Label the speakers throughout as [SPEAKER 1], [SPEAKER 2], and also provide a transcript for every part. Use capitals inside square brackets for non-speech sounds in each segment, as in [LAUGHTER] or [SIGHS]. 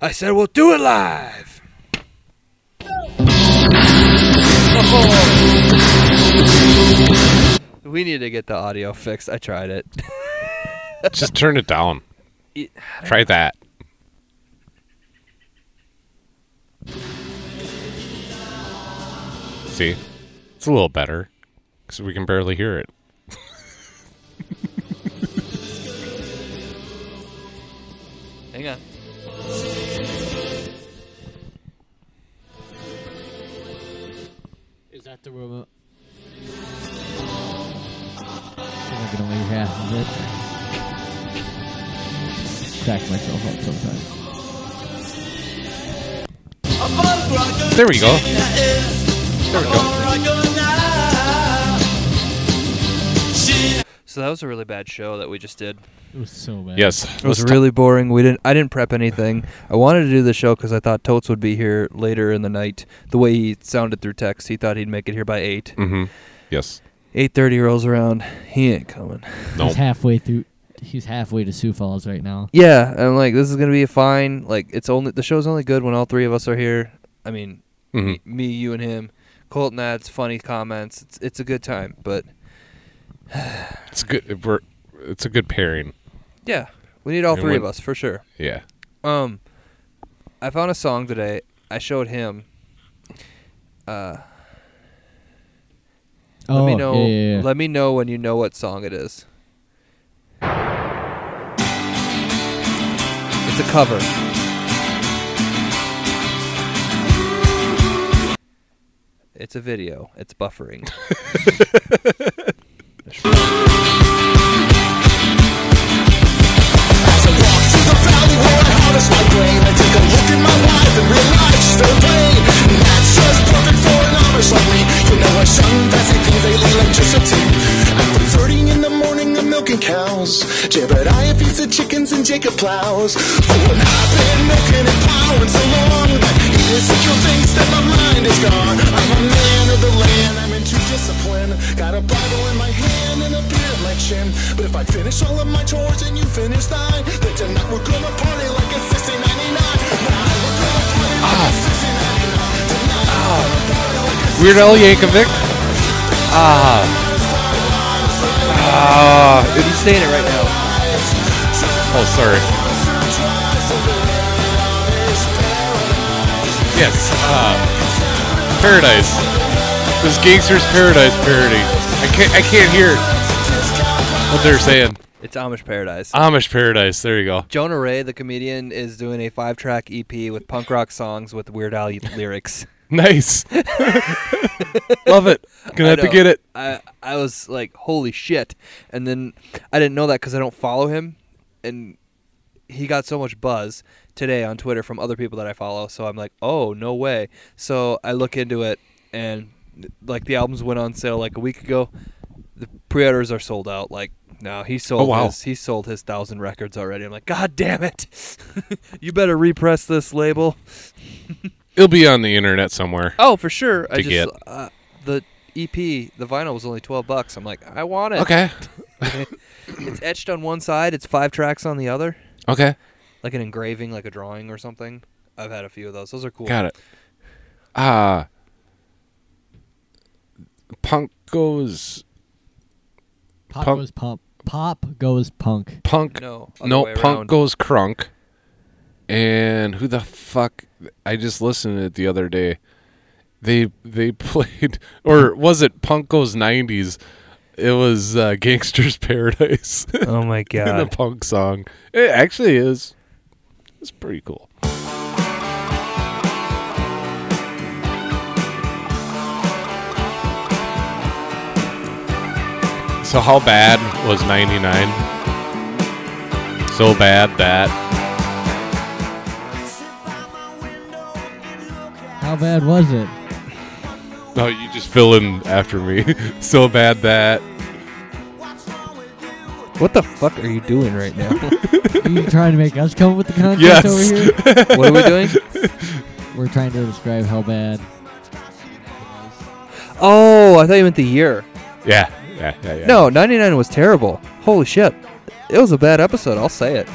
[SPEAKER 1] I said we'll do it live. [LAUGHS] We need to get the audio fixed. I tried it.
[SPEAKER 2] Just turn it down.
[SPEAKER 1] It-
[SPEAKER 2] Try that. See? It's a little better because we can barely hear it.
[SPEAKER 1] Hang on.
[SPEAKER 3] Is that the remote? I'm gonna leave half of it. Back myself up sometimes.
[SPEAKER 2] There we go.
[SPEAKER 4] There we go.
[SPEAKER 1] So that was a really bad show that we just did.
[SPEAKER 3] It was so bad.
[SPEAKER 2] Yes.
[SPEAKER 1] It was
[SPEAKER 2] let's ta-
[SPEAKER 1] really boring. We didn't. I didn't prep anything. I wanted to do the show because I thought Totes would be here later in the night. The way he sounded through text, he thought he'd make it here by eight.
[SPEAKER 2] Mhm. Yes.
[SPEAKER 1] Eight thirty rolls around. He ain't coming.
[SPEAKER 2] No.
[SPEAKER 3] He's halfway through. He's halfway to Sioux Falls right now.
[SPEAKER 1] Yeah, I'm like, this is gonna be a fine. Like, it's only the show's only good when all three of us are here. I mean,
[SPEAKER 2] hmm
[SPEAKER 1] me, me, you, and him. Colton adds funny comments. It's it's a good time, but
[SPEAKER 2] It's good. We're, it's a good pairing.
[SPEAKER 1] yeah, we need all
[SPEAKER 2] It
[SPEAKER 1] three of
[SPEAKER 2] went-
[SPEAKER 1] us for sure.
[SPEAKER 2] Yeah.
[SPEAKER 1] Um, I found a song today. I showed him. Uh,
[SPEAKER 3] oh,
[SPEAKER 1] let me know.
[SPEAKER 3] Yeah, yeah, yeah.
[SPEAKER 1] Let me know when you know what song it is. It's a cover. It's a video. It's buffering.
[SPEAKER 4] Cows, Jebediah feeds the chickens and Jacob plows. Oh, and I've been milking and plowing so long that Ezekiel thinks that my mind is gone. I'm a man of the land, I'm into discipline. Got a Bible in my hand and a beer in my chin. But if I finish all of my chores and you finish thine, then tonight we're gonna party like it's 1699. Tonight we're gonna party like it's 1699. Tonight we're gonna party like it's
[SPEAKER 2] Weird Al Yankovic. Ah. Ah.
[SPEAKER 1] He's saying it right now.
[SPEAKER 2] Oh, sorry. Yes. Uh, paradise. This Gangster's Paradise parody. I can't. I can't hear what they're saying.
[SPEAKER 1] It's Amish Paradise.
[SPEAKER 2] Amish Paradise. There you go.
[SPEAKER 1] Jonah Ray, the comedian, is doing a five-track EP with punk rock songs with Weird Al [LAUGHS] lyrics. [LAUGHS]
[SPEAKER 2] Nice. Love it.
[SPEAKER 1] I
[SPEAKER 2] Gonna have to
[SPEAKER 1] know.
[SPEAKER 2] get it.
[SPEAKER 1] I I was like, holy shit! And then I didn't know that because I don't follow him, and he got so much buzz today on Twitter from other people that I follow. So I'm like, oh no way! So I look into it, and like the albums went on sale like a week ago. The pre-orders are sold out. Like no, he sold.
[SPEAKER 2] Oh, wow.
[SPEAKER 1] his, he sold his thousand records already. I'm like, god damn it! [LAUGHS] you better repress this label.
[SPEAKER 2] It'll be on the internet somewhere.
[SPEAKER 1] Oh, for sure. I
[SPEAKER 2] To
[SPEAKER 1] just
[SPEAKER 2] get.
[SPEAKER 1] Uh, the EP, the vinyl was only twelve bucks. I'm like, I want it.
[SPEAKER 2] Okay.
[SPEAKER 1] [LAUGHS] it's etched on one side. It's five tracks on the other,
[SPEAKER 2] Okay.
[SPEAKER 1] like an engraving, like a drawing or something. I've had a few of those. Those are cool.
[SPEAKER 2] Got it. Uh punk goes
[SPEAKER 3] pop
[SPEAKER 2] punk-
[SPEAKER 3] goes pump. Pop goes punk.
[SPEAKER 2] punk.
[SPEAKER 1] No, other
[SPEAKER 2] no
[SPEAKER 1] way
[SPEAKER 2] punk
[SPEAKER 1] around.
[SPEAKER 2] goes crunk. And who the fuck? I just listened to it the other day. They they [LAUGHS] played, or was it Punk goes '90s? It was uh, Gangster's Paradise
[SPEAKER 1] Oh
[SPEAKER 2] [LAUGHS]
[SPEAKER 1] my
[SPEAKER 2] in a
[SPEAKER 1] god.
[SPEAKER 2] punk song. It actually is. It's pretty cool. So how bad was 99? So bad that
[SPEAKER 3] How bad
[SPEAKER 1] [LAUGHS]
[SPEAKER 3] was it?
[SPEAKER 2] No, you just fill in after me. [LAUGHS] so bad that
[SPEAKER 1] What the fuck are you doing right now?
[SPEAKER 2] [LAUGHS]
[SPEAKER 3] Are you trying to make us come up with the contest
[SPEAKER 2] Yes.
[SPEAKER 3] over
[SPEAKER 2] [LAUGHS]
[SPEAKER 3] here?
[SPEAKER 1] what are we doing?
[SPEAKER 3] We're trying to describe how bad.
[SPEAKER 1] Oh, I thought you meant the year.
[SPEAKER 2] Yeah. Yeah, yeah, yeah.
[SPEAKER 1] No, 99 was terrible. Holy shit. It was a bad episode, I'll say it.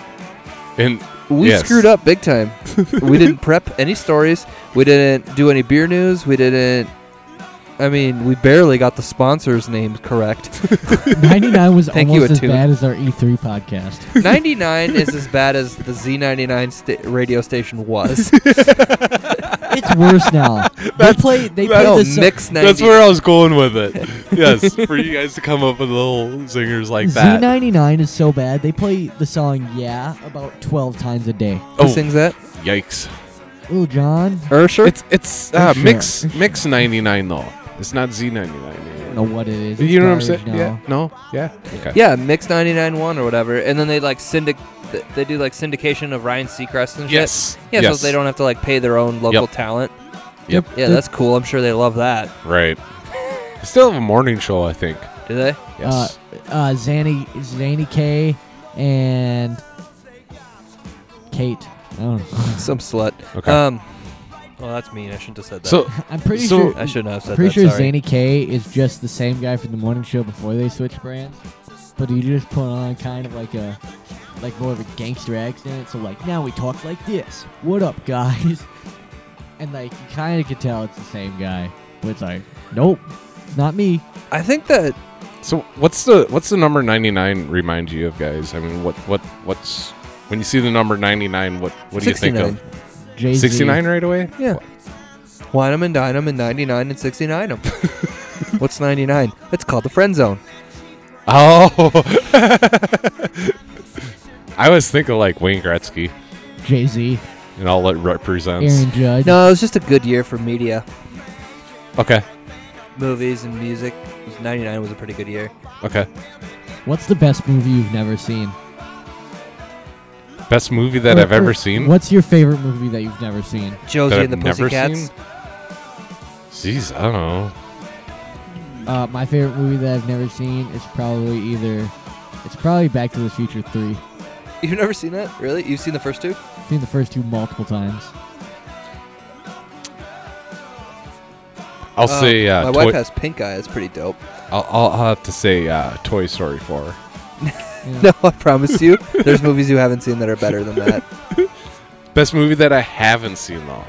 [SPEAKER 2] And
[SPEAKER 1] We
[SPEAKER 2] Yes. [LAUGHS]
[SPEAKER 1] screwed up big time. we didn't prep any stories. We didn't do any beer news. We didn't. I mean, we barely got the sponsors' names
[SPEAKER 2] [LAUGHS]
[SPEAKER 1] correct.
[SPEAKER 3] 99 was
[SPEAKER 1] Thank
[SPEAKER 3] almost
[SPEAKER 1] you,
[SPEAKER 3] as
[SPEAKER 1] Attune.
[SPEAKER 3] bad as our E3
[SPEAKER 1] [LAUGHS]
[SPEAKER 3] podcast.
[SPEAKER 1] 99 is as bad as the Z99 sta- radio station
[SPEAKER 2] [LAUGHS]
[SPEAKER 1] was.
[SPEAKER 3] it's worse now. They play. They play
[SPEAKER 1] no,
[SPEAKER 3] the so-
[SPEAKER 1] mix 90.
[SPEAKER 2] That's where I was going with it. yes, for you guys to come up with little singers like that.
[SPEAKER 3] Z99 is so bad. They play the song "Yeah" about 12 times a day.
[SPEAKER 1] Who
[SPEAKER 2] Oh.
[SPEAKER 1] sings that?
[SPEAKER 2] Yikes!
[SPEAKER 3] Little John.
[SPEAKER 1] Ursher?
[SPEAKER 2] It's it's
[SPEAKER 1] Oh,
[SPEAKER 2] uh,
[SPEAKER 3] Sure.
[SPEAKER 2] mix mix ninety nine though. It's not Z ninety nine anymore.
[SPEAKER 3] I don't know what it is.
[SPEAKER 2] You
[SPEAKER 3] It's
[SPEAKER 2] know what I'm saying?
[SPEAKER 3] garbage now.
[SPEAKER 2] Yeah. No. Yeah. Okay.
[SPEAKER 1] yeah, Mix 99 1 or whatever. And then they like syndic. th- They do like syndication of Ryan Seacrest and shit.
[SPEAKER 2] Yes.
[SPEAKER 1] Yeah,
[SPEAKER 2] yes.
[SPEAKER 1] so they don't have to like pay their own local
[SPEAKER 2] Yep.
[SPEAKER 1] talent.
[SPEAKER 2] Yep.
[SPEAKER 1] Yeah,
[SPEAKER 3] They're-
[SPEAKER 1] that's cool. I'm sure they love that.
[SPEAKER 2] Right. They still have a morning show, I think.
[SPEAKER 1] Do
[SPEAKER 2] [LAUGHS]
[SPEAKER 1] they?
[SPEAKER 2] Yes.
[SPEAKER 3] uh, Zanny Zanny K and Kate. I don't know. [LAUGHS]
[SPEAKER 1] Some slut.
[SPEAKER 2] Okay.
[SPEAKER 1] Um, well, that's mean. I shouldn't have said that.
[SPEAKER 2] so
[SPEAKER 3] I'm pretty
[SPEAKER 2] So-
[SPEAKER 3] sure.
[SPEAKER 1] I shouldn't have said
[SPEAKER 3] I'm pretty
[SPEAKER 1] that.
[SPEAKER 3] sure
[SPEAKER 1] sorry.
[SPEAKER 3] Zanny K is just the same guy from the morning show before they switched brands, but he just put on kind of like a like more of a gangster accent. So like now we talk like this. What up, guys? [LAUGHS] And like you kind of could tell it's the same guy, but it's like nope, not me.
[SPEAKER 1] I think that
[SPEAKER 2] so what's the what's the number ninety nine remind you of, guys? I mean, what what what's when you see the number ninety nine, what what do you think of?
[SPEAKER 3] Jay Z.
[SPEAKER 2] Sixty nine right away.
[SPEAKER 1] Yeah. Wine 'em and dine 'em and 99 and 69 'em.
[SPEAKER 2] [LAUGHS]
[SPEAKER 1] What's 99? It's called the friend zone.
[SPEAKER 2] [LAUGHS] Oh. [LAUGHS] I was thinking like Wayne Gretzky,
[SPEAKER 3] Jay Z.
[SPEAKER 2] and all it represents.
[SPEAKER 3] Aaron Judge.
[SPEAKER 1] No, it was just a good year for media,
[SPEAKER 2] Okay.
[SPEAKER 1] movies, and music. It was- 99 was a pretty good year.
[SPEAKER 2] Okay.
[SPEAKER 3] What's the best movie you've never seen?
[SPEAKER 2] Best movie that
[SPEAKER 3] Or-
[SPEAKER 2] I've ever
[SPEAKER 3] or
[SPEAKER 2] seen.
[SPEAKER 3] What's your favorite movie that you've never seen?
[SPEAKER 1] Josie
[SPEAKER 2] That I've
[SPEAKER 1] and the
[SPEAKER 2] never
[SPEAKER 1] Pussycats.
[SPEAKER 2] seen. Jeez, I don't know.
[SPEAKER 3] Uh, my favorite movie that I've never seen is probably either it's probably Back to the Future Three.
[SPEAKER 1] You've never seen that? Really? You've seen the first two?
[SPEAKER 3] I've seen the first two multiple times.
[SPEAKER 2] I'll
[SPEAKER 1] Um,
[SPEAKER 2] say uh,
[SPEAKER 1] My
[SPEAKER 2] Toy-
[SPEAKER 1] wife has pink eye. It's pretty
[SPEAKER 2] [LAUGHS]
[SPEAKER 1] dope. [LAUGHS]
[SPEAKER 2] I'll, I'll have to say uh, Toy Story 4.
[SPEAKER 3] Yeah.
[SPEAKER 1] No, I promise you, there's movies you haven't seen that are better than that.
[SPEAKER 2] Best movie that I haven't seen though.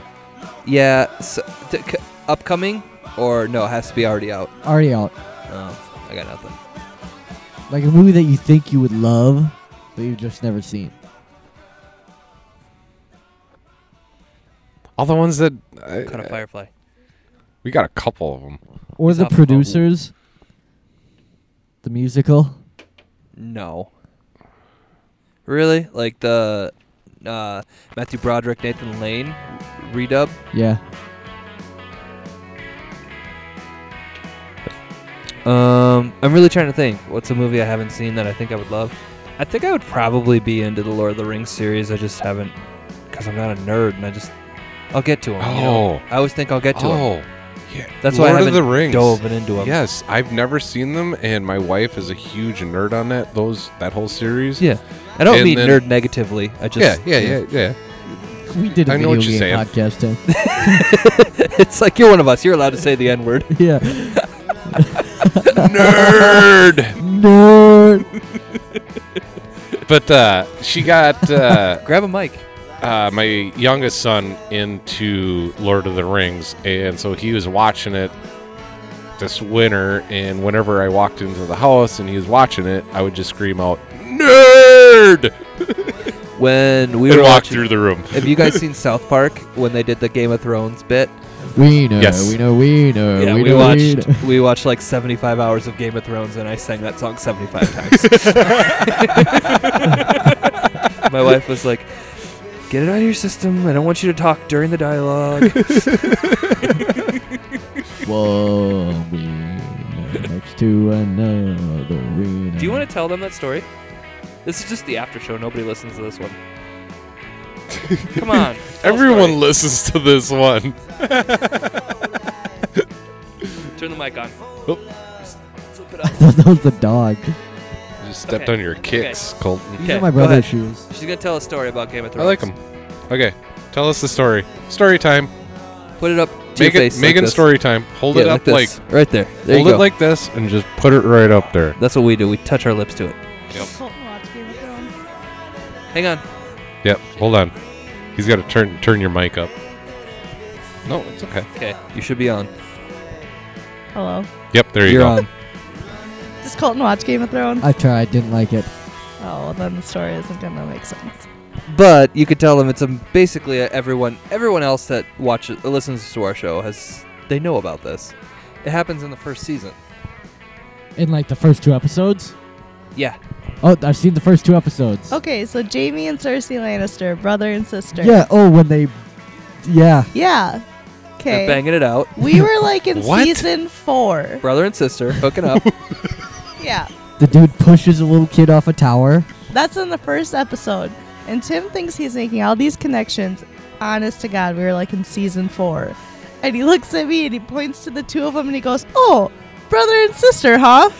[SPEAKER 1] Yeah, so, t- c- upcoming or no? It has to be already out.
[SPEAKER 3] [LAUGHS] Already out.
[SPEAKER 1] Oh, I got nothing.
[SPEAKER 3] Like a movie that you think you would love, but you've just never seen.
[SPEAKER 2] All the ones that I,
[SPEAKER 1] Kind of Firefly.
[SPEAKER 2] we got a couple of them.
[SPEAKER 3] Or
[SPEAKER 1] It's
[SPEAKER 3] the
[SPEAKER 1] not the problem.
[SPEAKER 3] producers. The musical.
[SPEAKER 1] No. Really? Like the uh, Matthew Broderick, Nathan Lane redub?
[SPEAKER 3] Yeah.
[SPEAKER 1] Um, I'm really trying to think. What's a movie I haven't seen that I think I would love? I think I would probably be into the Lord of the Rings series. I just haven't, because I'm not a nerd, and I just I'll get to them.
[SPEAKER 2] Oh.
[SPEAKER 1] I always think I'll get to them.
[SPEAKER 2] Oh, yeah.
[SPEAKER 1] That's
[SPEAKER 2] Lord
[SPEAKER 1] why I
[SPEAKER 2] of
[SPEAKER 1] haven't
[SPEAKER 2] the Rings.
[SPEAKER 1] dove into them.
[SPEAKER 2] Yes, I've never seen them, and my wife is a huge nerd on that. Those that whole series.
[SPEAKER 1] Yeah. I don't
[SPEAKER 2] And
[SPEAKER 1] mean
[SPEAKER 2] then-
[SPEAKER 1] nerd negatively. I just [LAUGHS]
[SPEAKER 2] yeah, yeah, yeah, yeah.
[SPEAKER 3] We did a
[SPEAKER 2] I know
[SPEAKER 3] video
[SPEAKER 2] what
[SPEAKER 3] game
[SPEAKER 2] you're saying.
[SPEAKER 3] podcast. [LAUGHS] Tim.
[SPEAKER 1] it's like you're one of us. You're allowed to say the N word. [LAUGHS]
[SPEAKER 3] yeah.
[SPEAKER 2] Nerd. [LAUGHS]
[SPEAKER 3] Nerd.
[SPEAKER 2] But uh, she got uh,
[SPEAKER 1] Grab a mic.
[SPEAKER 2] uh, my youngest son into Lord of the Rings, and so he was watching it this winter. And whenever I walked into the house and he was watching it, I would just scream out "Nerd!"
[SPEAKER 1] When we
[SPEAKER 2] and
[SPEAKER 1] were
[SPEAKER 2] walk
[SPEAKER 1] watching,
[SPEAKER 2] through the room.
[SPEAKER 1] have you guys seen South Park when they did the Game of Thrones bit?
[SPEAKER 3] We know.
[SPEAKER 2] Yes.
[SPEAKER 3] We know. We know.
[SPEAKER 1] yeah,
[SPEAKER 3] we,
[SPEAKER 1] Uh, we,
[SPEAKER 3] know, we
[SPEAKER 1] watched
[SPEAKER 3] know.
[SPEAKER 1] [LAUGHS] we watched like 75 hours of Game of Thrones, and I sang that song 75 [LAUGHS] times. My wife was like, "Get it out of your system. I don't want you to talk during the dialogue."
[SPEAKER 3] Whoa, we next to another
[SPEAKER 1] [LAUGHS]
[SPEAKER 3] arena.
[SPEAKER 1] Do you want to tell them that story? This is just the after show. Nobody listens to
[SPEAKER 2] [LAUGHS]
[SPEAKER 1] this one. Come on, tell a
[SPEAKER 2] Everyone listens to this one.
[SPEAKER 1] story. Turn the mic on.
[SPEAKER 2] Oh.
[SPEAKER 1] Just flip it up.
[SPEAKER 3] [LAUGHS] that was the dog.
[SPEAKER 2] You just stepped
[SPEAKER 1] Okay,
[SPEAKER 2] on your kicks, Colton.
[SPEAKER 3] These
[SPEAKER 1] Okay,
[SPEAKER 3] are my
[SPEAKER 1] go
[SPEAKER 3] brother's
[SPEAKER 1] ahead.
[SPEAKER 3] shoes.
[SPEAKER 1] She's gonna tell a story about Game of
[SPEAKER 2] I
[SPEAKER 1] Thrones.
[SPEAKER 2] like them. Okay, tell us the story. Story time.
[SPEAKER 1] Put it up. To
[SPEAKER 2] Make
[SPEAKER 1] your
[SPEAKER 2] it
[SPEAKER 1] face
[SPEAKER 2] Megan
[SPEAKER 1] like this.
[SPEAKER 2] story time. Hold
[SPEAKER 1] Yeah,
[SPEAKER 2] it up like,
[SPEAKER 1] this. right there. There
[SPEAKER 2] hold
[SPEAKER 1] you
[SPEAKER 2] it
[SPEAKER 1] go.
[SPEAKER 2] like this, and just put it right up there.
[SPEAKER 1] That's what we do. We touch our lips to it.
[SPEAKER 2] Yep.
[SPEAKER 5] Colton watched Game of Thrones.
[SPEAKER 1] Hang on.
[SPEAKER 2] Yep. Hold on. He's got to turn turn your mic up. No, it's okay.
[SPEAKER 1] Okay, you should be on.
[SPEAKER 5] Hello.
[SPEAKER 2] Yep, there you
[SPEAKER 1] You're
[SPEAKER 2] go.
[SPEAKER 1] on.
[SPEAKER 5] Does Colton watch Game of Thrones?
[SPEAKER 3] I tried, didn't like it.
[SPEAKER 5] oh, well, then the story isn't gonna make sense.
[SPEAKER 1] But you could tell them it's um basically uh, everyone everyone else that watches uh, listens to our show has they know about this. It happens in the first season.
[SPEAKER 3] In like the first two episodes.
[SPEAKER 1] Yeah.
[SPEAKER 3] Oh, I've seen the first two
[SPEAKER 1] Oh,
[SPEAKER 3] episodes.
[SPEAKER 5] Okay, so Jamie and Cersei Lannister, brother and sister.
[SPEAKER 3] Yeah. Oh, when they. Yeah.
[SPEAKER 5] Yeah.
[SPEAKER 1] They're
[SPEAKER 5] Okay.
[SPEAKER 1] banging it out.
[SPEAKER 5] We were
[SPEAKER 1] [LAUGHS]
[SPEAKER 5] like in
[SPEAKER 2] What?
[SPEAKER 5] season four.
[SPEAKER 1] Brother and sister hooking up.
[SPEAKER 5] Yeah.
[SPEAKER 3] The dude pushes a little kid off a tower.
[SPEAKER 5] That's in the first episode. And Tim thinks he's making all these connections. Honest to God, we were like in season four. And he looks at me and he points to the two of them and he goes, Oh, brother and sister, huh?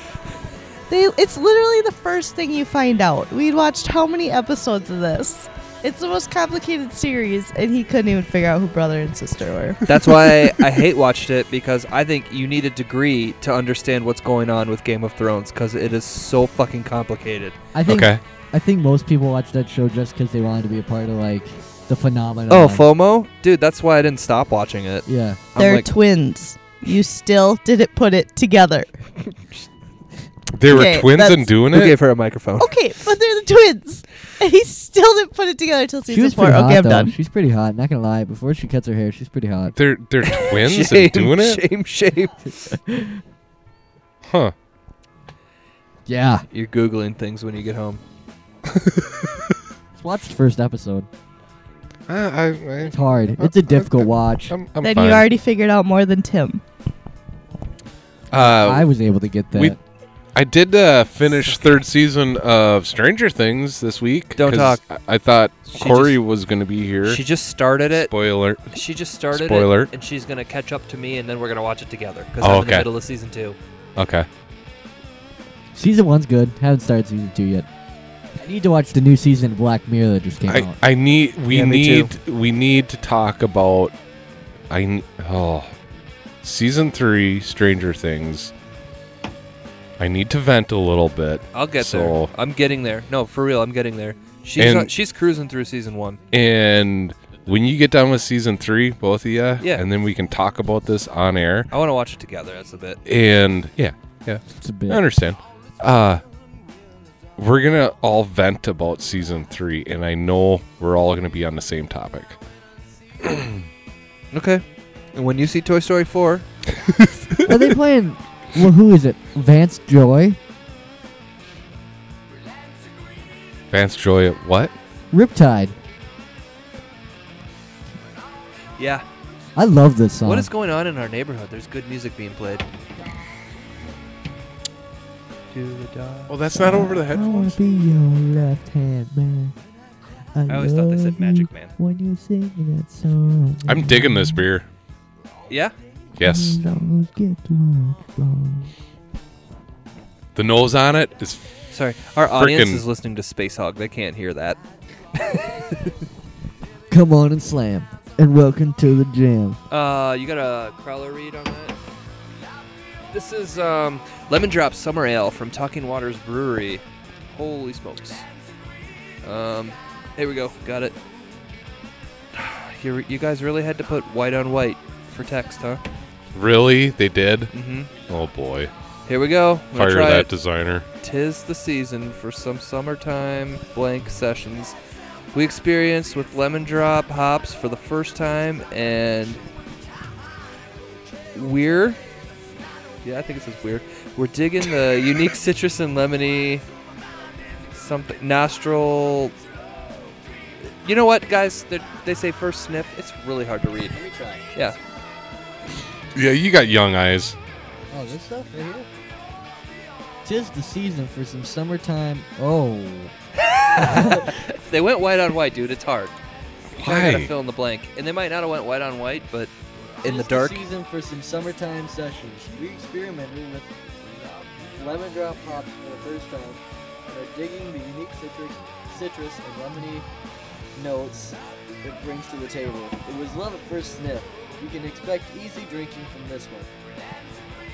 [SPEAKER 5] They, it's literally the first thing you find out. We'd watched how many episodes of this? It's the most complicated series, and he couldn't even figure out who brother and sister were.
[SPEAKER 1] That's why I hate watched it because I think you need a degree to understand what's going on with Game of Thrones because it is so fucking complicated.
[SPEAKER 3] I think.
[SPEAKER 2] Okay.
[SPEAKER 3] I think most people watch that show just because they wanted to be a part of like the phenomenon.
[SPEAKER 1] Oh, FOMO, dude. That's why I didn't stop watching it.
[SPEAKER 3] Yeah.
[SPEAKER 1] I'm
[SPEAKER 5] They're
[SPEAKER 1] like,
[SPEAKER 5] twins. You still didn't put it together.
[SPEAKER 2] They were
[SPEAKER 5] Okay,
[SPEAKER 2] twins and
[SPEAKER 5] that's-
[SPEAKER 2] doing
[SPEAKER 1] who
[SPEAKER 2] it.
[SPEAKER 1] gave her a microphone?
[SPEAKER 5] Okay, but they're the twins. And he still didn't put it together until
[SPEAKER 3] She
[SPEAKER 5] season
[SPEAKER 3] was
[SPEAKER 5] four.
[SPEAKER 3] pretty hot
[SPEAKER 5] Okay, I'm
[SPEAKER 3] though.
[SPEAKER 5] done.
[SPEAKER 3] She's pretty hot. Not gonna lie. Before she cuts her hair, she's pretty hot.
[SPEAKER 2] They're they're twins and doing
[SPEAKER 1] Shame,
[SPEAKER 2] it,
[SPEAKER 1] shame.
[SPEAKER 2] huh?
[SPEAKER 3] Yeah.
[SPEAKER 1] You're googling things when you get home.
[SPEAKER 3] Just watch the first episode.
[SPEAKER 2] I, Uh, I, I,
[SPEAKER 3] It's hard. It's a difficult watch.
[SPEAKER 2] I'm, I'm
[SPEAKER 5] Then
[SPEAKER 2] fine.
[SPEAKER 5] you already figured out more than Tim.
[SPEAKER 2] Uh,
[SPEAKER 3] I was able to get that.
[SPEAKER 2] we- I did uh, finish third season of Stranger Things this week.
[SPEAKER 1] Don't
[SPEAKER 2] 'cause I, I thought
[SPEAKER 1] She
[SPEAKER 2] Corey
[SPEAKER 1] just-
[SPEAKER 2] was going to be here.
[SPEAKER 1] She just started it.
[SPEAKER 2] Spoiler.
[SPEAKER 1] She just started
[SPEAKER 2] Spoiler.
[SPEAKER 1] it, and she's gonna catch up to me, and then we're gonna watch it together because
[SPEAKER 2] Oh,
[SPEAKER 1] I'm in the
[SPEAKER 2] okay.
[SPEAKER 1] middle of season two.
[SPEAKER 2] Okay.
[SPEAKER 3] season one's good. Haven't started season two yet. I need to watch the new season of Black Mirror that just came
[SPEAKER 2] I,
[SPEAKER 3] out.
[SPEAKER 2] I need we
[SPEAKER 1] Yeah, me
[SPEAKER 2] need we need to talk about I n- oh season three Stranger Things. I need to vent a little bit,
[SPEAKER 1] I'll get
[SPEAKER 2] So-
[SPEAKER 1] there. I'm getting there. No, for real, I'm getting there. She's
[SPEAKER 2] And-
[SPEAKER 1] on- she's cruising through season one.
[SPEAKER 2] and when you get done with season three, both of you,
[SPEAKER 1] Yeah.
[SPEAKER 2] and then we can talk about this on air.
[SPEAKER 1] I want to watch it together. That's a bit.
[SPEAKER 2] And yeah, yeah,
[SPEAKER 3] It's a bit.
[SPEAKER 2] I [LAUGHS] understand. Uh we're gonna all vent about season three, and I know we're all gonna be on the same topic.
[SPEAKER 1] Okay. And when you see Toy Story four,
[SPEAKER 3] Are they playing? Well, who is it? Vance Joy,
[SPEAKER 2] Vance Joy, what?
[SPEAKER 3] Riptide.
[SPEAKER 1] yeah.
[SPEAKER 3] I love this song.
[SPEAKER 1] What is going on in our neighborhood? There's good music being played. To the dog.
[SPEAKER 2] Well, that's not over the
[SPEAKER 3] I wanna be your left hand man. I,
[SPEAKER 1] I always thought they
[SPEAKER 3] love
[SPEAKER 1] said
[SPEAKER 3] you
[SPEAKER 1] Magic Man.
[SPEAKER 3] When you sing that song,
[SPEAKER 2] I'm digging this beer.
[SPEAKER 1] Yeah.
[SPEAKER 2] Yes.
[SPEAKER 3] Don't get one wrong.
[SPEAKER 2] The nose on it is.
[SPEAKER 1] Sorry, our audience
[SPEAKER 2] Frickin-
[SPEAKER 1] is listening to Space Hog. They can't hear that.
[SPEAKER 3] Come on and slam, and welcome to the jam.
[SPEAKER 1] Uh, you got a crowler read on that? This is um, Lemon Drop Summer Ale from Talking Waters Brewery. Holy smokes. Um, here we go. Got it. [SIGHS] You, re- you guys really had to put white on white for text, huh?
[SPEAKER 2] Really? They did?
[SPEAKER 1] Mm-hmm.
[SPEAKER 2] Oh boy.
[SPEAKER 1] Here we go. I'm gonna
[SPEAKER 2] Fire
[SPEAKER 1] try
[SPEAKER 2] that
[SPEAKER 1] it.
[SPEAKER 2] designer.
[SPEAKER 1] Tis the season for some summertime blank sessions. We experienced with lemon drop hops for the first time, and we're yeah, I think it says weird. We're digging the unique citrus and lemony something nostril. You know what, guys? They- They say first sniff. It's really hard to read. Yeah.
[SPEAKER 2] Yeah, you got young eyes.
[SPEAKER 3] Oh, this stuff right here. Tis the season for some summertime. Oh,
[SPEAKER 1] They went white on white, dude. It's hard. Now I gotta
[SPEAKER 2] Why?
[SPEAKER 1] fill in the blank. And they might not have went white on white, but in the dark.
[SPEAKER 3] season for some summertime sessions. We experimented with lemon drop hops for the first time, and are digging the unique citrus, citrus and lemony notes it brings to the table. It was love at first sniff. You can expect easy drinking from this [LAUGHS] one.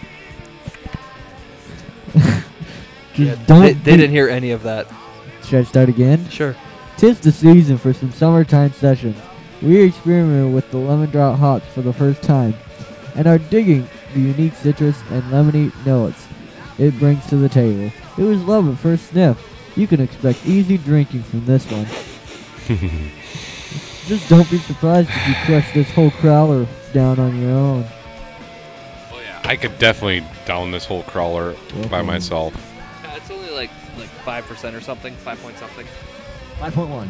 [SPEAKER 1] Yeah, they, they didn't hear any of that.
[SPEAKER 3] Should I start again?
[SPEAKER 1] Sure.
[SPEAKER 3] Tis the season for some summertime sessions. We experimented with the lemon drop hops for the first time and are digging the unique citrus and lemony notes it brings to the table. It was love at first sniff. You can expect easy drinking from this
[SPEAKER 1] [LAUGHS]
[SPEAKER 3] one. Just don't be surprised if you crush this whole crowler down on your own.
[SPEAKER 2] Oh, yeah. I could definitely down this whole crawler by
[SPEAKER 3] Definitely.
[SPEAKER 2] myself.
[SPEAKER 1] it's only like like five percent or something, five point something.
[SPEAKER 3] 5.1.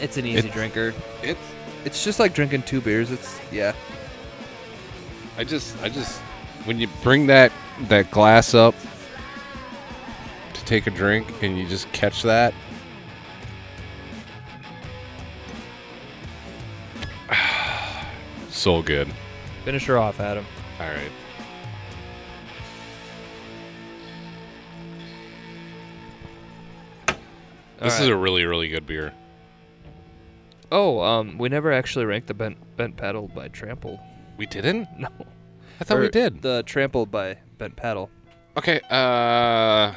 [SPEAKER 1] It's an easy
[SPEAKER 2] It-
[SPEAKER 1] drinker.
[SPEAKER 2] It's
[SPEAKER 1] It's just like drinking two beers. It's yeah.
[SPEAKER 2] I just I just when you bring that that glass up to take a drink and you just catch that [SIGHS] so good.
[SPEAKER 1] Finish her off, Adam.
[SPEAKER 2] All right. This is a really really good beer.
[SPEAKER 1] oh um we never actually ranked the bent bent paddle by trample. [LAUGHS]
[SPEAKER 2] We didn't?
[SPEAKER 1] No,
[SPEAKER 2] I thought
[SPEAKER 1] Or
[SPEAKER 2] we did.
[SPEAKER 1] the trample by bent paddle.
[SPEAKER 2] Okay, uh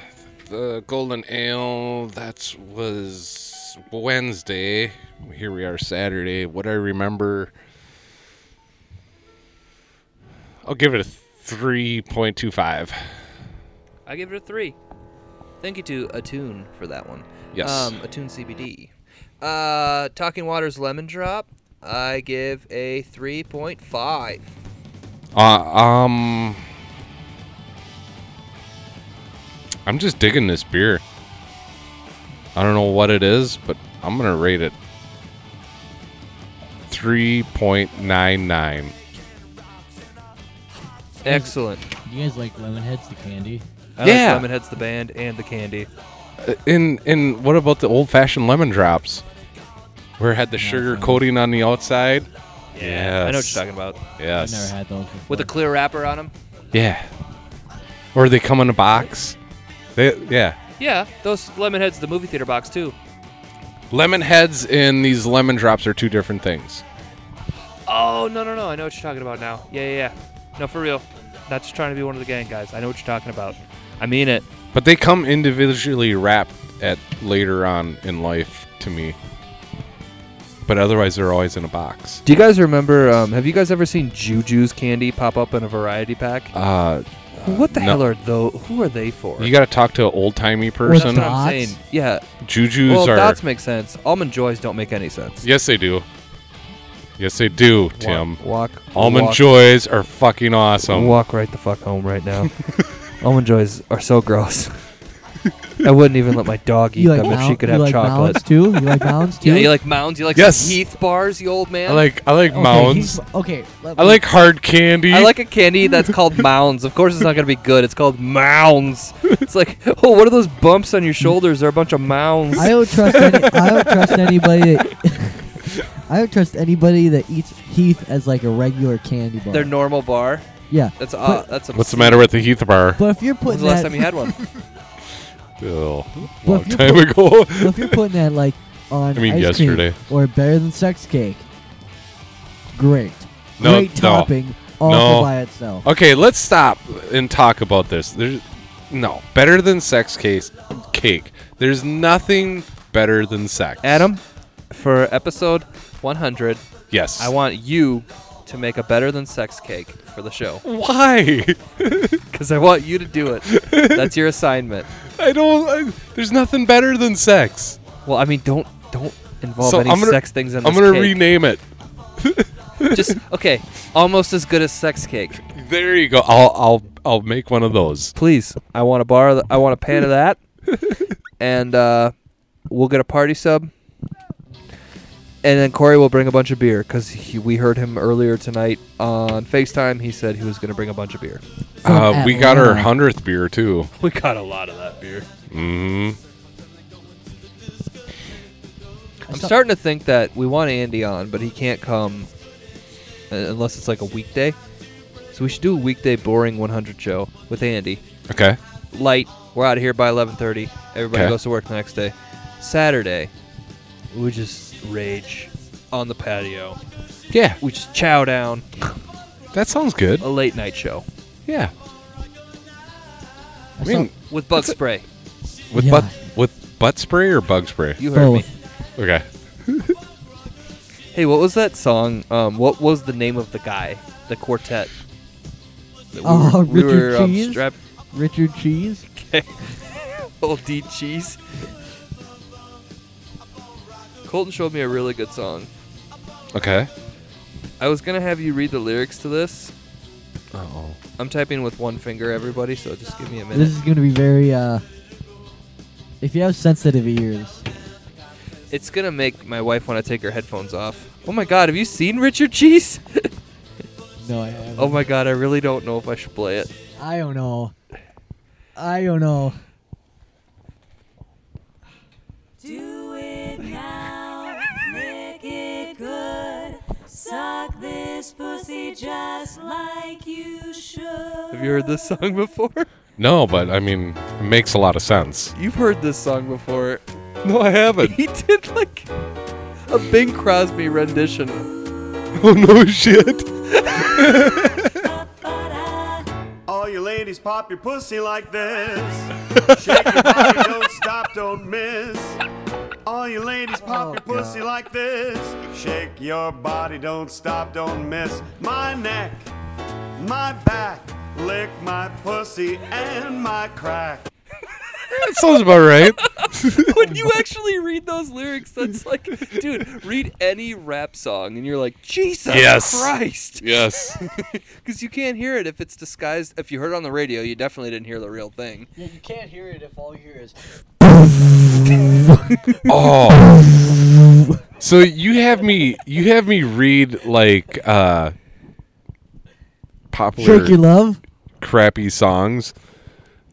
[SPEAKER 2] the golden ale that was Wednesday. Here we are Saturday. What I remember I'll give it a 3.25.
[SPEAKER 1] I give it a three. Thank you to Attune for that one.
[SPEAKER 2] Yes.
[SPEAKER 1] Um, Attune CBD. Uh, Talking Waters Lemon Drop. I give a 3.5.
[SPEAKER 2] Uh, um I'm just digging this beer. I don't know what it is, but I'm going to rate it 3.99.
[SPEAKER 1] Excellent.
[SPEAKER 3] You guys like lemon heads to candy?
[SPEAKER 1] I
[SPEAKER 2] Yeah.
[SPEAKER 1] like Lemonheads the band and the candy.
[SPEAKER 2] In in what about the old fashioned lemon drops? Where it had the sugar coating on the outside? Yeah.
[SPEAKER 1] I know what you're talking about.
[SPEAKER 2] Yes.
[SPEAKER 3] I've never had those. Before.
[SPEAKER 1] With a clear wrapper on them.
[SPEAKER 2] yeah. Or they come in a box. They yeah.
[SPEAKER 1] Yeah, those Lemonheads, the movie theater box too.
[SPEAKER 2] Lemon heads and these lemon drops are two different things.
[SPEAKER 1] Oh no no no! I know what you're talking about now. Yeah yeah yeah. No for real. Not just trying to be one of the gang guys. I know what you're talking about. I mean it.
[SPEAKER 2] But they come individually wrapped at later on in life to me. But otherwise they're always in a box.
[SPEAKER 1] Do you guys remember? Um, have you guys ever seen Juju's candy pop up in a variety pack?
[SPEAKER 2] Uh
[SPEAKER 1] what the
[SPEAKER 2] no.
[SPEAKER 1] hell are those? Who are they for?
[SPEAKER 2] you gotta talk to an old timey
[SPEAKER 1] That's what
[SPEAKER 2] person.
[SPEAKER 3] not-
[SPEAKER 1] I'm
[SPEAKER 3] Dots?
[SPEAKER 1] saying. Yeah.
[SPEAKER 2] Juju's
[SPEAKER 1] well,
[SPEAKER 2] are
[SPEAKER 1] dots make sense. Almond joys don't make any sense.
[SPEAKER 2] Yes they do. Yes they do,
[SPEAKER 1] Walk-
[SPEAKER 2] Tim.
[SPEAKER 1] Walk.
[SPEAKER 2] Almond
[SPEAKER 1] walk,
[SPEAKER 2] Joys are fucking awesome.
[SPEAKER 1] Walk right the fuck home right
[SPEAKER 2] [LAUGHS]
[SPEAKER 1] now. Almond joys are so gross. I wouldn't even let my dog eat
[SPEAKER 3] You like,
[SPEAKER 1] them if
[SPEAKER 3] mou-
[SPEAKER 1] she could
[SPEAKER 3] you
[SPEAKER 1] have
[SPEAKER 3] like
[SPEAKER 1] chocolate.
[SPEAKER 3] mounds too? You like mounds too?
[SPEAKER 1] Yeah, you like mounds. You like
[SPEAKER 2] Yes.
[SPEAKER 1] some Heath bars, you old man.
[SPEAKER 2] I like I like
[SPEAKER 3] okay,
[SPEAKER 2] mounds.
[SPEAKER 3] he's- Okay. let
[SPEAKER 2] I
[SPEAKER 3] me-
[SPEAKER 2] like hard candy.
[SPEAKER 1] I like a candy that's called mounds. Of course, it's not gonna be good. It's called mounds. It's like, oh, what are those bumps on your shoulders? They're a bunch of mounds.
[SPEAKER 3] I don't trust. Any, I don't trust anybody. That, [LAUGHS] I don't trust anybody that eats Heath as like a regular candy bar.
[SPEAKER 1] They're normal bar.
[SPEAKER 3] yeah,
[SPEAKER 1] That's uh,
[SPEAKER 3] But-
[SPEAKER 1] that's.
[SPEAKER 2] What's the matter with the Heath bar?
[SPEAKER 3] but if you're
[SPEAKER 1] When's
[SPEAKER 3] putting
[SPEAKER 1] the last
[SPEAKER 3] that,
[SPEAKER 1] time you
[SPEAKER 3] [LAUGHS]
[SPEAKER 1] had one?
[SPEAKER 2] Ugh,
[SPEAKER 3] Well,
[SPEAKER 2] long
[SPEAKER 3] if you
[SPEAKER 2] time ago.
[SPEAKER 3] well, if you're putting that like on
[SPEAKER 2] I mean,
[SPEAKER 3] ice
[SPEAKER 2] yesterday.
[SPEAKER 3] cream or better than sex cake, great,
[SPEAKER 2] No,
[SPEAKER 3] great
[SPEAKER 2] no.
[SPEAKER 3] topping all
[SPEAKER 2] No.
[SPEAKER 3] by itself.
[SPEAKER 2] okay, let's stop and talk about this. There's no better than sex case cake. There's nothing better than sex.
[SPEAKER 1] Adam, for episode 100,
[SPEAKER 2] Yes.
[SPEAKER 1] I want you to make a better than sex cake for the show
[SPEAKER 2] Why? [LAUGHS]
[SPEAKER 1] because I want you to do it. That's your assignment.
[SPEAKER 2] I don't. I, there's nothing better than sex.
[SPEAKER 1] Well, I mean, don't don't involve
[SPEAKER 2] So
[SPEAKER 1] any
[SPEAKER 2] I'm gonna-
[SPEAKER 1] sex things in
[SPEAKER 2] I'm
[SPEAKER 1] this
[SPEAKER 2] gonna
[SPEAKER 1] cake.
[SPEAKER 2] rename it. [LAUGHS]
[SPEAKER 1] Just okay, almost as good as sex cake.
[SPEAKER 2] There you go. I'll I'll I'll make one of those.
[SPEAKER 1] please i want a bar th- i want a pan of that and uh, we'll get a party sub and then corey will bring a bunch of beer because we heard him earlier tonight on facetime he said he was going to bring a bunch of beer
[SPEAKER 3] From
[SPEAKER 2] Uh, we got our
[SPEAKER 3] Atlanta.
[SPEAKER 2] hundredth beer too.
[SPEAKER 1] we got a lot of that beer
[SPEAKER 2] hmm
[SPEAKER 1] i'm starting to think that we want andy on but he can't come uh, unless it's like a weekday so we should do a weekday boring 100 show with andy
[SPEAKER 2] Okay.
[SPEAKER 1] light. We're out of here by 11:30. Everybody
[SPEAKER 2] Okay.
[SPEAKER 1] goes to work the next day. Saturday, we just rage on the patio.
[SPEAKER 2] Yeah,
[SPEAKER 1] We just chow down
[SPEAKER 2] that sounds good.
[SPEAKER 1] a late night show
[SPEAKER 2] Yeah.
[SPEAKER 3] I
[SPEAKER 2] I mean,
[SPEAKER 1] with bug spray.
[SPEAKER 2] with
[SPEAKER 3] Yeah. Oh.
[SPEAKER 2] butt with butt spray or bug spray?
[SPEAKER 1] You heard me.
[SPEAKER 3] Both.
[SPEAKER 2] Okay.
[SPEAKER 1] Hey, what was that song? Um, what was the name of the guy, the quartet? that
[SPEAKER 3] Oh, Richard
[SPEAKER 1] um,
[SPEAKER 3] Cheese?
[SPEAKER 1] strapped-
[SPEAKER 3] Richard Cheese.
[SPEAKER 1] [LAUGHS] old D cheese. Colton showed me a really good song.
[SPEAKER 2] Okay.
[SPEAKER 1] I was gonna have you read the lyrics to this.
[SPEAKER 2] Oh.
[SPEAKER 1] I'm typing with one finger, everybody, so just give me a
[SPEAKER 3] This
[SPEAKER 1] minute.
[SPEAKER 3] is gonna be very. uh If you have sensitive ears,
[SPEAKER 1] It's gonna make my wife want to take her headphones off. Oh my god, have you seen Richard Cheese? [LAUGHS]
[SPEAKER 3] no, I haven't.
[SPEAKER 1] oh my god, I really don't know if I should play it.
[SPEAKER 3] I don't know. I don't know.
[SPEAKER 6] Do it now, make it good. Suck this pussy just like you should.
[SPEAKER 1] Have you heard this song [LAUGHS] before?
[SPEAKER 2] No, but I mean, it makes a lot of sense.
[SPEAKER 1] You've heard this song before. [LAUGHS]
[SPEAKER 2] No, I haven't.
[SPEAKER 1] He did like a Bing Crosby rendition.
[SPEAKER 2] [LAUGHS] oh no, shit.
[SPEAKER 7] All you ladies pop your pussy like this. Shake your body, don't stop, don't miss. All you ladies pop your pussy like this. Shake your body, don't stop, don't miss. My neck, my back, lick my pussy and my crack.
[SPEAKER 2] That sounds about right.
[SPEAKER 1] When you actually read those lyrics, that's like, dude, read any rap song and you're like, Jesus
[SPEAKER 2] Yes.
[SPEAKER 1] Christ.
[SPEAKER 2] yes.
[SPEAKER 1] Because you can't hear it if it's disguised. If you heard it on the radio, you definitely didn't hear the real thing.
[SPEAKER 3] Yeah, you can't hear it if all you hear is.
[SPEAKER 2] Oh. So you have me you have me read like uh popular
[SPEAKER 3] Shake your love.
[SPEAKER 2] crappy songs.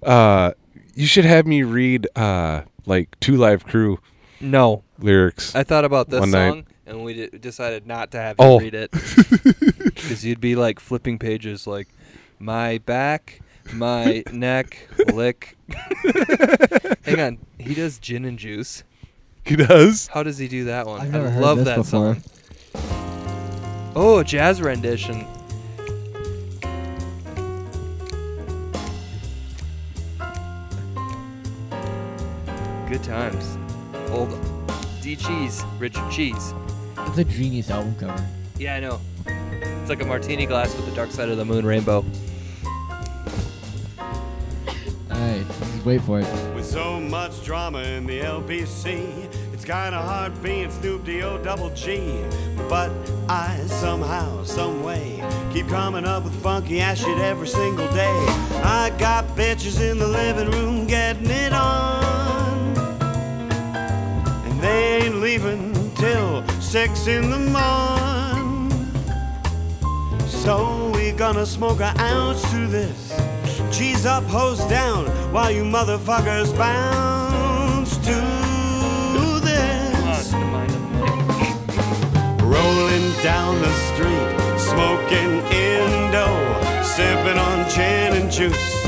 [SPEAKER 2] Uh you should have me read uh like Two Live Crew
[SPEAKER 1] No.
[SPEAKER 2] lyrics.
[SPEAKER 1] I thought about this
[SPEAKER 2] One night.
[SPEAKER 1] song and we d- decided not to have you
[SPEAKER 2] Oh.
[SPEAKER 1] read
[SPEAKER 2] [LAUGHS]
[SPEAKER 1] it because you'd be like flipping pages, like my back, my neck,
[SPEAKER 2] [LAUGHS]
[SPEAKER 1] lick. Hang on, he does gin and juice.
[SPEAKER 2] He does.
[SPEAKER 1] How does he do that one?
[SPEAKER 3] I've never
[SPEAKER 1] I
[SPEAKER 3] heard
[SPEAKER 1] love
[SPEAKER 3] this
[SPEAKER 1] that
[SPEAKER 3] before.
[SPEAKER 1] song. Oh, a jazz rendition. Good times. Old D Cheese, Richard Cheese.
[SPEAKER 3] It's a genius album cover.
[SPEAKER 1] Yeah, I know. It's like a martini glass with the dark side of the moon rainbow.
[SPEAKER 3] All right, just wait for it.
[SPEAKER 7] With so much drama in the LBC, it's kinda hard being Snoop D-O double G. But I somehow, some way, keep coming up with funky ass shit every single day. I got bitches in the living room getting it on. And they ain't leaving till six in the morn. So we gonna smoke an ounce to this. Cheese up, hose down, while you motherfuckers bounce to this. Rolling down the street, smoking indo, sipping on gin and juice.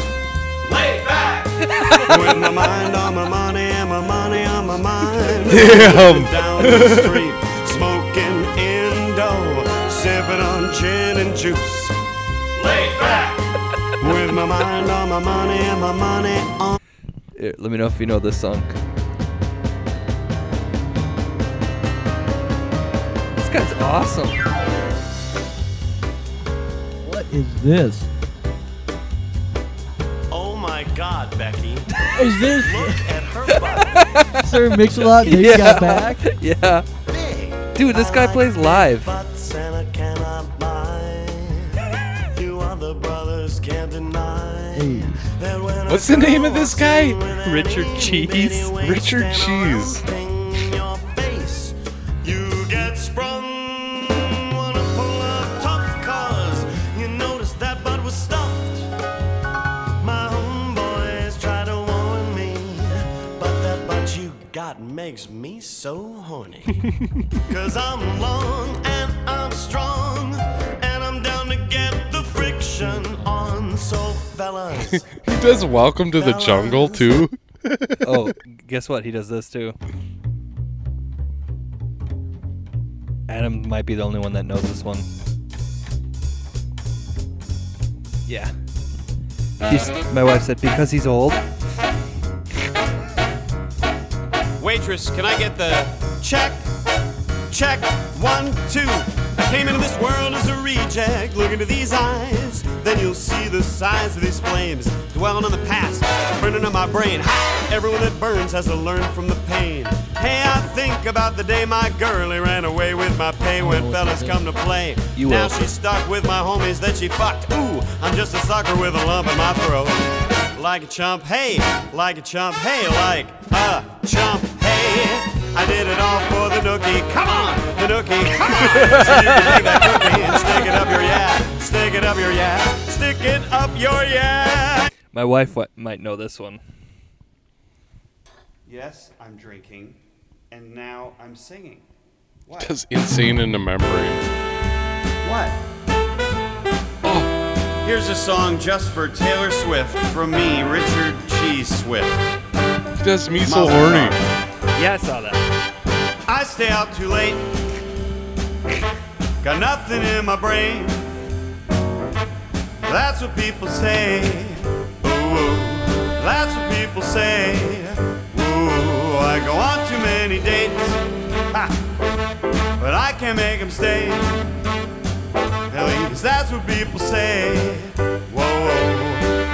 [SPEAKER 7] Lay back! [LAUGHS] With my mind on my money and my money on
[SPEAKER 3] [LAUGHS]
[SPEAKER 7] my mind.
[SPEAKER 2] Damn.
[SPEAKER 7] Down the street, smoking indo, sipping on gin and juice. Lay back! With my mind on my money and my money on
[SPEAKER 1] Here, let me know if you know this song. This guy's awesome. [LAUGHS]
[SPEAKER 3] What is this?
[SPEAKER 7] Oh my god, Becky.
[SPEAKER 3] Is this
[SPEAKER 7] Look at her
[SPEAKER 3] [LAUGHS] [LAUGHS]
[SPEAKER 7] body.
[SPEAKER 3] Sir Mix-a-Lot? They
[SPEAKER 1] Yeah.
[SPEAKER 3] got back.
[SPEAKER 1] Yeah.
[SPEAKER 7] Big.
[SPEAKER 1] Dude, this guy plays live.
[SPEAKER 7] Butts and I cannot buy. You other brothers can't deny.
[SPEAKER 3] Hey.
[SPEAKER 7] that when I
[SPEAKER 2] What's the name of
[SPEAKER 7] go
[SPEAKER 2] this guy?
[SPEAKER 7] swimming
[SPEAKER 1] Richard
[SPEAKER 7] in
[SPEAKER 1] Cheese?
[SPEAKER 7] many ways
[SPEAKER 2] Richard
[SPEAKER 7] and
[SPEAKER 2] Cheese.
[SPEAKER 7] I'll ping your face. You get sprung. Wanna pull up tough 'cause you noticed that butt was stuffed. My homeboys try to warn me, but that butt you got makes me so horny.
[SPEAKER 2] [LAUGHS]
[SPEAKER 7] Cause I'm long and I'm strong, and I'm down to get the friction on. So, [LAUGHS] fellas,
[SPEAKER 2] He does Welcome to the Jungle too.
[SPEAKER 1] Oh, guess what? He does this too. Adam might be the only one that knows this one. Yeah. She's, my wife said because he's old.
[SPEAKER 7] waitress, can I get the check? Check. One, two. I came into this world as a reject. Look into these eyes, then you'll see the size of these flames. Dwelling on the past, burning on my brain. Ha! Everyone that burns has to learn from the pain. Hey, I think about the day my girlie ran away with my pay when fellas come to play.
[SPEAKER 1] You
[SPEAKER 7] now
[SPEAKER 1] will.
[SPEAKER 7] she's stuck with my homies that she fucked. Ooh, I'm just a sucker with a lump in my throat. Like a chump, hey, like a chump, hey, like a chump, hey. I did it all for the nookie. Come on, the nookie, come on. So you can take that cookie and stick it up your yeah, stick it up your yeah, stick it up your yeah.
[SPEAKER 1] My wife w- might know this one.
[SPEAKER 7] Yes, I'm drinking, and now I'm singing. What?
[SPEAKER 2] Because insane in the memory.
[SPEAKER 7] What? Oh, here's a song just for Taylor Swift from me, Richard Cheese Swift.
[SPEAKER 2] That's me so
[SPEAKER 7] Motherfucker.
[SPEAKER 2] horny.
[SPEAKER 1] Yeah, I saw that.
[SPEAKER 7] I stay out too late. Got nothing in my brain. That's what people say. Ooh, that's what people say. Ooh, I go on too many dates. Ha. But I can't make them stay. At least that's what people say. Whoa, whoa.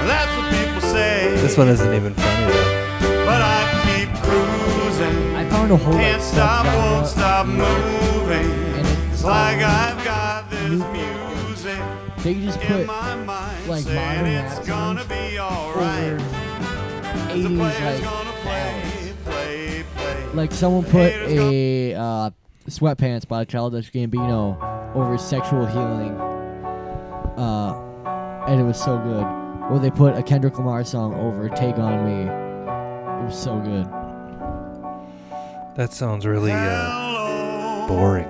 [SPEAKER 7] That's what people say.
[SPEAKER 1] This one isn't even funny though.
[SPEAKER 7] But I keep cruising.
[SPEAKER 3] I found a whole like,
[SPEAKER 7] Can't stop,
[SPEAKER 3] subgenre
[SPEAKER 7] won't stop
[SPEAKER 3] of
[SPEAKER 7] moving.
[SPEAKER 3] And it's
[SPEAKER 7] It's like I've got this music
[SPEAKER 3] They just
[SPEAKER 7] in
[SPEAKER 3] put
[SPEAKER 7] my mind
[SPEAKER 3] like,
[SPEAKER 7] saying
[SPEAKER 3] modern
[SPEAKER 7] it's
[SPEAKER 3] rap
[SPEAKER 7] gonna
[SPEAKER 3] songs
[SPEAKER 7] be
[SPEAKER 3] over
[SPEAKER 7] alright.
[SPEAKER 3] 80s
[SPEAKER 7] The player's
[SPEAKER 3] like
[SPEAKER 7] gonna
[SPEAKER 3] ballads.
[SPEAKER 7] play, play, play.
[SPEAKER 3] Like someone put a uh, sweatpants by Childish Gambino over sexual healing, uh, and it was so good. Or they put a Kendrick Lamar song over "Take on Me." It was so good.
[SPEAKER 1] That sounds really uh,
[SPEAKER 7] Hello,
[SPEAKER 1] boring.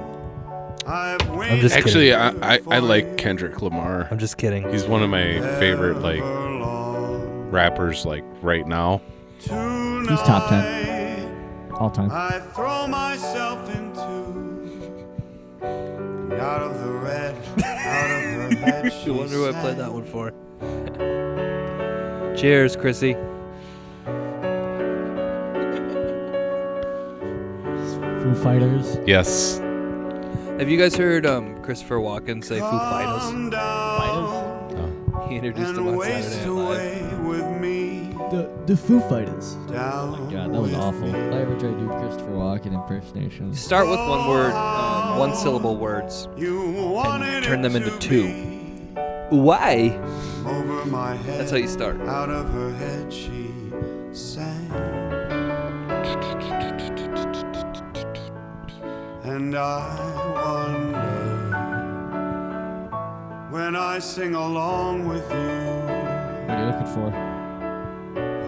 [SPEAKER 7] I've
[SPEAKER 1] just
[SPEAKER 7] waited
[SPEAKER 2] Actually, I, I, I
[SPEAKER 7] for
[SPEAKER 2] like
[SPEAKER 7] you
[SPEAKER 2] Kendrick Lamar.
[SPEAKER 1] I'm just kidding.
[SPEAKER 2] He's one of my favorite like
[SPEAKER 7] ever long
[SPEAKER 2] rappers like right now.
[SPEAKER 7] Tonight,
[SPEAKER 3] He's top 10. All time.
[SPEAKER 7] I throw myself into and out of the red, out
[SPEAKER 1] [LAUGHS]
[SPEAKER 7] of her bed. she
[SPEAKER 1] You wonder who I played
[SPEAKER 7] sang.
[SPEAKER 1] that one for. Cheers, Chrissy.
[SPEAKER 3] Foo Fighters.
[SPEAKER 2] Yes.
[SPEAKER 1] Have you guys heard um, Christopher Walken say Foo Fighters?
[SPEAKER 7] Come down
[SPEAKER 1] He introduced him
[SPEAKER 7] and
[SPEAKER 1] on Saturday
[SPEAKER 7] waste
[SPEAKER 1] Night Live. Oh
[SPEAKER 7] away with me.
[SPEAKER 3] The the Foo Fighters.
[SPEAKER 7] Down
[SPEAKER 3] God, that was
[SPEAKER 7] with
[SPEAKER 3] awful.
[SPEAKER 7] me.
[SPEAKER 3] I ever tried to do Christopher Walken impersonation.
[SPEAKER 1] Start with one word, um, one syllable words.
[SPEAKER 7] You wanted
[SPEAKER 1] turn
[SPEAKER 7] it
[SPEAKER 1] them into
[SPEAKER 7] to
[SPEAKER 1] two.
[SPEAKER 7] be
[SPEAKER 1] Why?
[SPEAKER 7] Over my head.
[SPEAKER 1] That's how you start.
[SPEAKER 7] Out of her head she sang. And I wonder when I sing along with you
[SPEAKER 3] What are you looking for?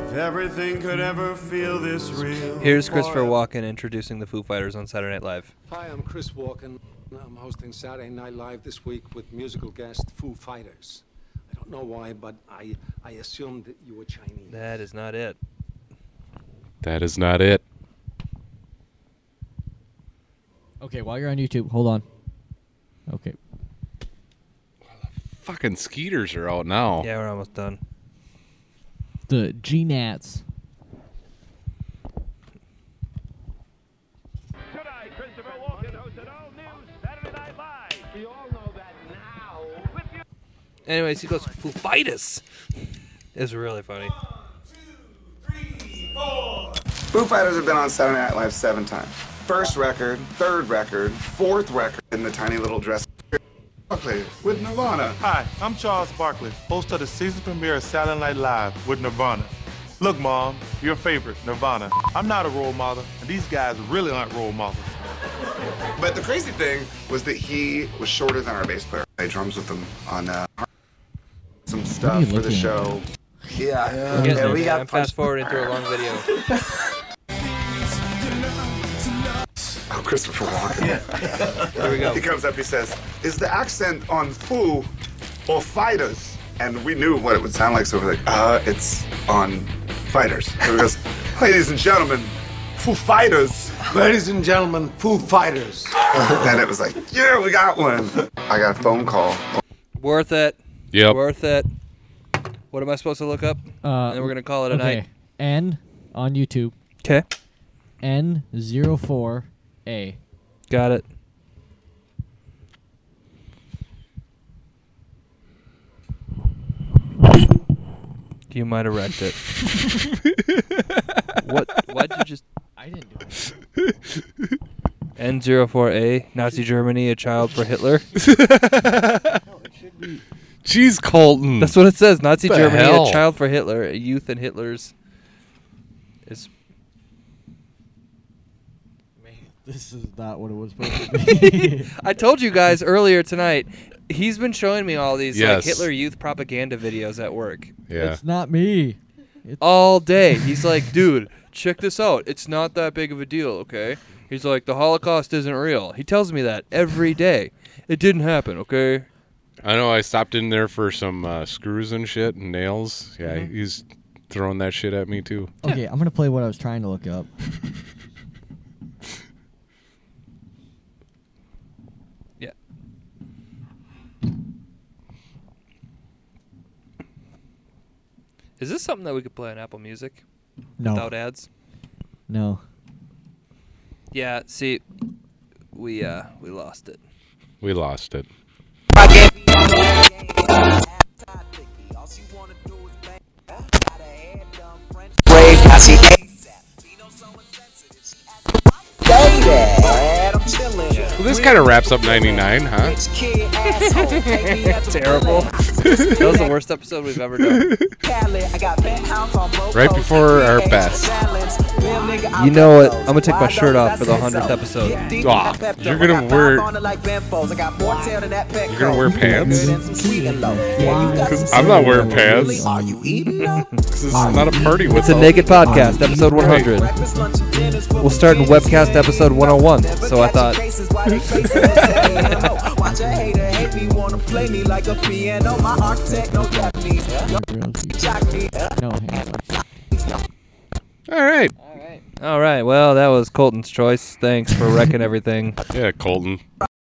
[SPEAKER 7] if everything could ever feel this real.
[SPEAKER 1] Here's Christopher Walken introducing the Foo Fighters on Saturday Night Live.
[SPEAKER 8] Hi, I'm Chris Walken. I'm hosting Saturday Night Live this week with musical guest Foo Fighters. I don't know why, but I, I assumed that you were Chinese.
[SPEAKER 1] That is not it.
[SPEAKER 2] That is not it.
[SPEAKER 3] Okay, while you're on YouTube, hold on. Okay.
[SPEAKER 2] Fucking Skeeters are out now.
[SPEAKER 1] Yeah, we're almost done.
[SPEAKER 3] The G Nats.
[SPEAKER 9] Today, Christopher Walken hosts an all-new Saturday Night Live. We all know that now. With you.
[SPEAKER 1] Anyways, he goes Foo Fighters. [LAUGHS] It's really funny.
[SPEAKER 10] Foo Fighters have been on Saturday Night Live seven times. First record, third record, fourth record in the tiny little dress. Barkley With Nirvana.
[SPEAKER 11] Hi, I'm Charles Barkley, host of the season premiere of Saturday Night Live with Nirvana. Look, Mom, your favorite, Nirvana. I'm not a role model, and these guys really aren't role models.
[SPEAKER 10] But the crazy thing was that he was shorter than our bass player. I played drums with him on uh,
[SPEAKER 3] are
[SPEAKER 10] some
[SPEAKER 3] you
[SPEAKER 10] stuff for the
[SPEAKER 3] looking at?
[SPEAKER 10] show. Yeah,
[SPEAKER 1] You guys
[SPEAKER 10] yeah,
[SPEAKER 1] know
[SPEAKER 10] we
[SPEAKER 1] that. I'm
[SPEAKER 10] got
[SPEAKER 1] fast forwarding through a long video.
[SPEAKER 10] oh, Christopher Walken.
[SPEAKER 1] Here we go.
[SPEAKER 10] He comes up, he says, Is the accent on Foo or Fighters? And we knew what it would sound like, so we're like, Uh, it's on Fighters. So he goes, Ladies and gentlemen, Foo Fighters.
[SPEAKER 8] Ladies and gentlemen, Foo Fighters.
[SPEAKER 10] then it was like, Yeah, we got one. I got a phone call.
[SPEAKER 1] Worth it.
[SPEAKER 2] Yep.
[SPEAKER 1] Worth it. What am I supposed to look up?
[SPEAKER 3] Uh,
[SPEAKER 1] and then we're gonna call it a night.
[SPEAKER 3] okay. N on YouTube.
[SPEAKER 1] Okay.
[SPEAKER 3] N04A.
[SPEAKER 1] Got it. You might have wrecked
[SPEAKER 2] [LAUGHS]
[SPEAKER 1] it. what? Why'd you just?
[SPEAKER 3] I didn't do it.
[SPEAKER 1] N04A, Nazi Germany, a child for
[SPEAKER 2] [LAUGHS]
[SPEAKER 1] Hitler.
[SPEAKER 2] Jeez, Colton.
[SPEAKER 1] That's what it says. Nazi
[SPEAKER 2] The
[SPEAKER 1] Germany,
[SPEAKER 2] hell?
[SPEAKER 1] a child for Hitler, a youth in Hitler's. Is
[SPEAKER 3] This is not what it was supposed [LAUGHS] to be.
[SPEAKER 1] I told you guys earlier tonight. He's been showing me all these like
[SPEAKER 2] Yes.
[SPEAKER 1] Hitler youth propaganda videos at work
[SPEAKER 2] Yeah.
[SPEAKER 3] It's not me.
[SPEAKER 1] all day. He's like, dude, check this out. It's not that big of a deal, okay? He's like, the Holocaust isn't real. He tells me that every day. It didn't happen, okay?
[SPEAKER 2] I know. I stopped in there for some uh, screws and shit and nails. Yeah,
[SPEAKER 1] Mm-hmm.
[SPEAKER 2] he's throwing that shit at me too.
[SPEAKER 3] Okay, I'm gonna play what I was trying to look up.
[SPEAKER 1] Yeah. Is this something that we could play on Apple Music
[SPEAKER 3] No,
[SPEAKER 1] without ads?
[SPEAKER 3] no.
[SPEAKER 1] Yeah. See, we uh we lost it.
[SPEAKER 2] We lost it. Well, this kind of wraps up '99, huh?
[SPEAKER 1] Terrible. that was the worst episode we've ever [LAUGHS] done.
[SPEAKER 2] Right before our best.
[SPEAKER 1] You know what? I'm gonna take my shirt off for the hundredth episode.
[SPEAKER 2] Aw, Ah, you're gonna wear you're gonna wear pants. I'm not wearing pants. this is not a party with
[SPEAKER 1] It's a
[SPEAKER 2] all-
[SPEAKER 1] naked podcast, episode 100. We'll start in webcast episode 101. So I
[SPEAKER 4] [LAUGHS]
[SPEAKER 1] [LAUGHS] thought,
[SPEAKER 3] No, hang on.
[SPEAKER 2] All right.
[SPEAKER 1] all right, well, that was Colton's choice. Thanks for wrecking everything.
[SPEAKER 2] Yeah, Colton.